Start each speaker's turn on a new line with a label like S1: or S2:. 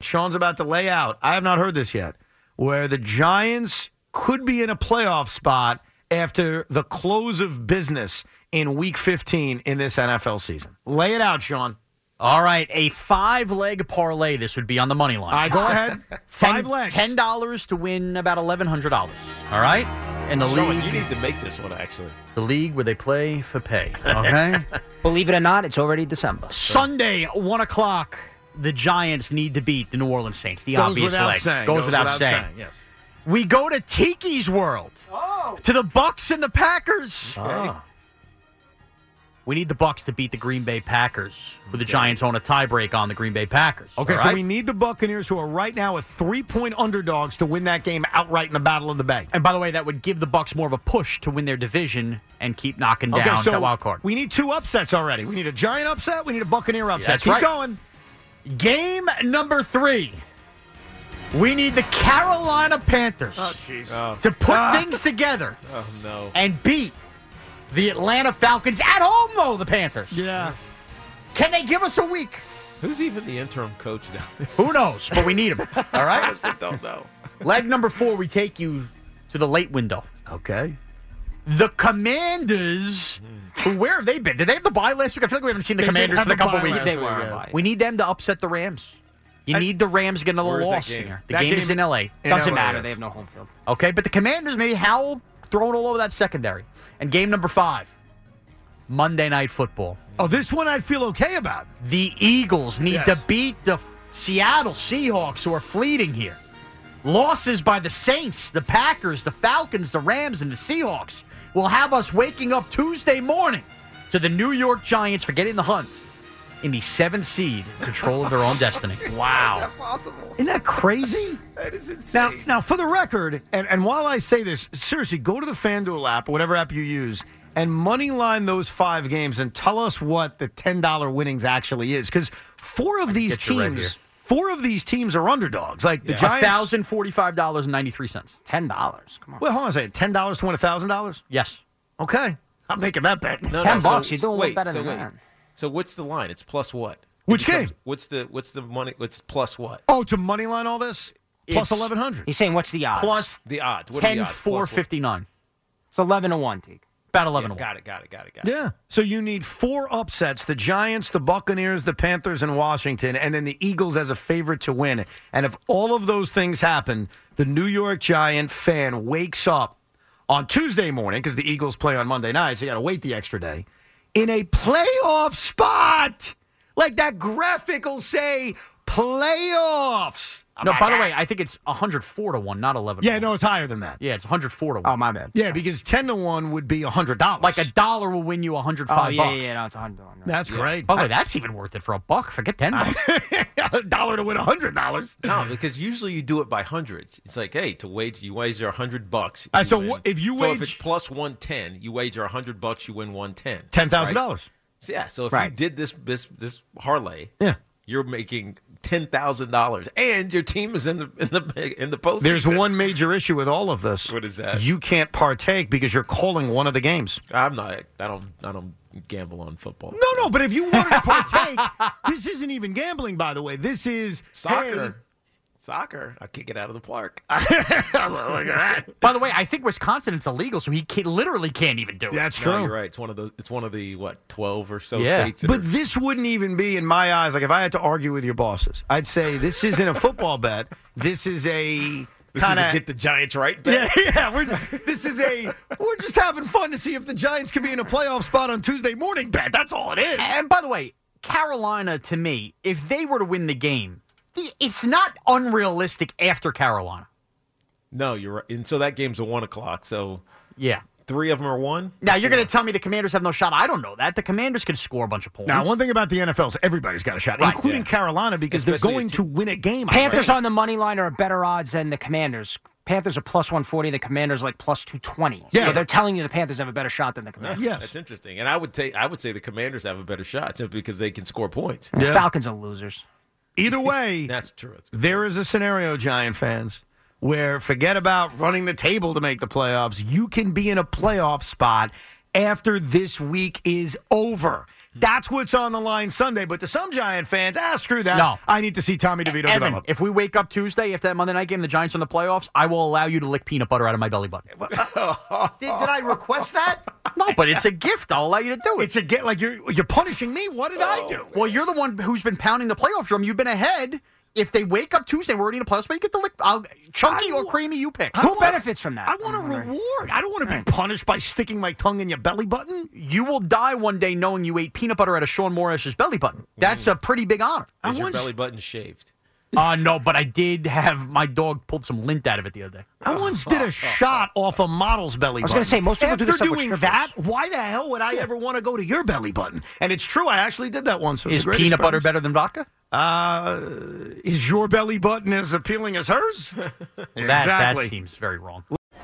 S1: Sean's about to lay out. I have not heard this yet. Where the Giants could be in a playoff spot after the close of business in Week 15 in this NFL season. Lay it out, Sean.
S2: All right, a five leg parlay. This would be on the money line.
S1: All right, go ahead. Five
S2: Ten-
S1: legs.
S2: Ten dollars to win about eleven hundred dollars. All right, and the
S3: Sean,
S2: league,
S3: you need to make this one actually.
S2: the league where they play for pay. Okay.
S4: Believe it or not, it's already December.
S2: Sunday, one o'clock. The Giants need to beat the New Orleans Saints. The
S1: Goes
S2: obvious
S1: without
S2: leg
S1: saying.
S2: goes, without, saying.
S1: Yes.
S2: We go to Tiki's World. Oh. To the Bucks and the Packers.
S1: Ah.
S2: We need the Bucks to beat the Green Bay Packers, with the Giants own a tiebreak on the Green Bay Packers.
S1: Okay,
S2: all
S1: so
S2: right?
S1: we need the Buccaneers, who are right now at three point underdogs, to win that game outright in the Battle of the Bay.
S2: And by the way, that would give the Bucks more of a push to win their division and keep knocking down
S1: Okay, so
S2: that wild card.
S1: we need two upsets already. We need a Giant upset. We need a Buccaneer upset.
S2: That's
S1: Keep
S2: right.
S1: going.
S2: Game number three. We need the Carolina Panthers
S3: jeez.
S2: to put things together
S3: Oh no.
S2: and beat the Atlanta Falcons at home, though, the Panthers.
S1: Yeah.
S2: Can they give us a week?
S3: Who's even the interim coach now?
S2: Who knows? But we need them. All right?
S3: I don't know.
S2: Leg number four, we take you to the late window.
S1: Okay.
S2: The Commanders, who, where have they been? Did they have the bye last week? I feel like we haven't seen the
S1: They did
S2: Commanders
S1: have
S2: in a
S1: the
S2: couple
S1: bye
S2: weeks.
S1: last
S3: They were on bye.
S2: We need them to upset the Rams. You need the Rams getting another
S3: Where is that
S2: loss
S3: game?
S2: here. The
S1: That
S2: game,
S1: game
S2: is in LA.
S1: in
S4: Doesn't
S1: LA,
S4: matter.
S1: yes.
S4: They have no home field.
S2: Okay, but the Commanders may howl throwing all over that secondary. And game number five, Monday Night Football.
S1: Oh, this one I'd feel okay about.
S2: The Eagles need
S1: Yes.
S2: to beat the Seattle Seahawks, who are fleeting here. Losses by the Saints, the Packers, the Falcons, the Rams, and the Seahawks will have us waking up Tuesday morning to the New York Giants for getting the hunt in the seventh seed, in control of their own destiny. Wow.
S1: Isn't that crazy?
S3: That is insane.
S1: Now, now for the record, and, and while I say this, seriously, go to the FanDuel app or whatever app you use and money line those five games and tell us what the $10 winnings actually is. Because four of these
S2: get you
S1: teams,
S2: right here.
S1: four of these teams are underdogs. Like the Giants.
S2: $1,045.93.
S4: Ten dollars. Come on.
S1: Well, hold on a second. $10 to win $1,000?
S2: Yes.
S1: Okay. I'm making that bet.
S3: No,
S4: 10
S3: no,
S4: bucks, you do a lot
S3: wait,
S4: better
S3: so
S4: than
S3: wait.
S4: that.
S3: So what's the line? It's plus what?
S1: Which
S3: It becomes-
S1: game?
S3: What's the what's the money? What's plus what?
S1: Oh, to money line all this? Plus
S2: It's-
S1: 1100
S4: He's saying what's the odds?
S2: Plus
S3: The odds. What are the
S2: ten
S3: odds? Plus
S2: four
S3: what?
S2: fifty nine.
S4: it's eleven to one, Teague.
S2: About
S3: Yeah,
S2: eleven. to one.
S3: Got it. Got it. Got it. Got it.
S1: Yeah. So you need four upsets the Giants, the Buccaneers, the Panthers, and Washington, and then the Eagles as a favorite to win. And if all of those things happen, the New York Giant fan wakes up on Tuesday morning because the Eagles play on Monday night, so you got to wait the extra day in a playoff spot. Like that graphic will say playoffs.
S2: No, by the way, I think it's hundred four to one, not eleven. to
S1: Yeah,
S2: one.
S1: no, it's higher than that.
S2: Yeah, it's hundred four to one.
S4: Oh my bad.
S1: Yeah, because 10 to 1 would be $100.
S2: Like a dollar will win you hundred
S4: Oh
S2: five
S4: yeah,
S2: bucks.
S4: yeah, no, it's a hundred. Right?
S1: That's great.
S2: By the way, that's even worth it for a buck. Forget ten bucks.
S1: a dollar to win $100.
S3: No, because usually you do it by hundreds. It's like, hey, to wager, you wager a hundred bucks.
S1: Uh, so
S3: win.
S1: what- if you
S3: so if it's
S1: wage-
S3: plus one ten, you wager a hundred bucks, you win one ten.
S1: $10,000.
S3: So, yeah. So if you
S4: Right.
S3: did this this this parlay,
S1: Yeah.
S3: you're making ten thousand dollars, and your team is in the in the in the postseason.
S1: There's one major issue with all of this.
S3: What is that?
S1: You can't partake because you're calling one of the games.
S3: I'm not. I don't. I don't gamble on football.
S1: No, no, but if you wanted to partake, this isn't even gambling, by the way. This is
S3: Soccer.
S1: hey,
S3: Soccer, I kick it out of the park.
S2: By the way, I think Wisconsin it's illegal, so he can, literally can't even do it.
S1: That's
S3: No, you're right. It's one of the it's one of the what twelve or so
S2: Yeah.
S3: states. that
S1: But
S3: are-
S1: this wouldn't even be, in my eyes, like if I had to argue with your bosses, I'd say this isn't a football bet. This is a
S3: this is a
S1: kind
S3: get
S1: of.
S3: the Giants right. bet.
S1: Yeah, yeah. We're, this is a. We're just having fun to see if the Giants can be in a playoff spot on Tuesday morning bet. That's all it is.
S2: And by the way, Carolina to me, if they were to win the game, the- it's not unrealistic after Carolina.
S3: No, you're right. And so that game's a one o'clock. So
S2: Yeah.
S3: three of them are one.
S2: Now you're going to tell me the Commanders have no shot. I don't know that. The Commanders can score a bunch of points.
S1: Now, one thing about the NFL is everybody's got a shot,
S2: Right,
S1: including Carolina, because
S3: Especially
S1: they're going
S3: a
S1: to win a game. I
S4: Panthers
S1: think.
S4: on the money line are better odds than the Commanders. Panthers are plus 140. The Commanders like plus 220.
S1: Yeah.
S4: So they're telling you the Panthers have a better shot than the Commanders.
S1: Yes.
S3: that's interesting. And I would take I would say the Commanders have a better shot simply because they can score points.
S4: The Falcons are losers.
S1: Either way,
S3: That's true. It's good.
S1: there is a scenario, Giant fans, where forget about running the table to make the playoffs. You can be in a playoff spot after this week is over. That's what's on the line Sunday. But to some Giant fans, ah, screw that.
S2: No.
S1: I need to see Tommy DeVito
S2: Evan,
S1: develop.
S2: if we wake up Tuesday after that Monday night game, the Giants are in the playoffs, I will allow you to lick peanut butter out of my belly button.
S1: did, did I request that?
S2: No, but it's a gift. I'll allow you to do it.
S1: It's a get like you're you're punishing me. What did I do?
S2: well, you're the one who's been pounding the playoff drum. You've been ahead. If they wake up Tuesday, we're already in the playoffs, but you get the lick. I'll, chunky
S1: I
S2: or
S1: wa-
S2: creamy, you pick.
S4: Who benefits from that?
S1: I want a
S4: I'm wondering.
S1: reward. I don't want to be punished by sticking my tongue in your belly button.
S2: You will die one day knowing you ate peanut butter out of Sean Morris's belly button. That's a pretty big honor.
S1: I
S3: Is your
S1: want
S3: belly button shaved?
S2: Uh, no, but I did have my dog pulled some lint out of it the other day.
S1: I once did a shot off a model's belly button.
S4: was gonna say, most people do
S1: After
S4: this stuff with
S1: doing
S4: strippers.
S1: that, why the hell would I ever want to go to your belly button? And it's true, I actually did that once. It was
S2: Is
S1: a great
S2: peanut butter
S1: experience.
S2: better than vodka?
S1: Uh, is your belly button as appealing as hers?
S2: That,
S1: exactly.
S2: that seems very wrong.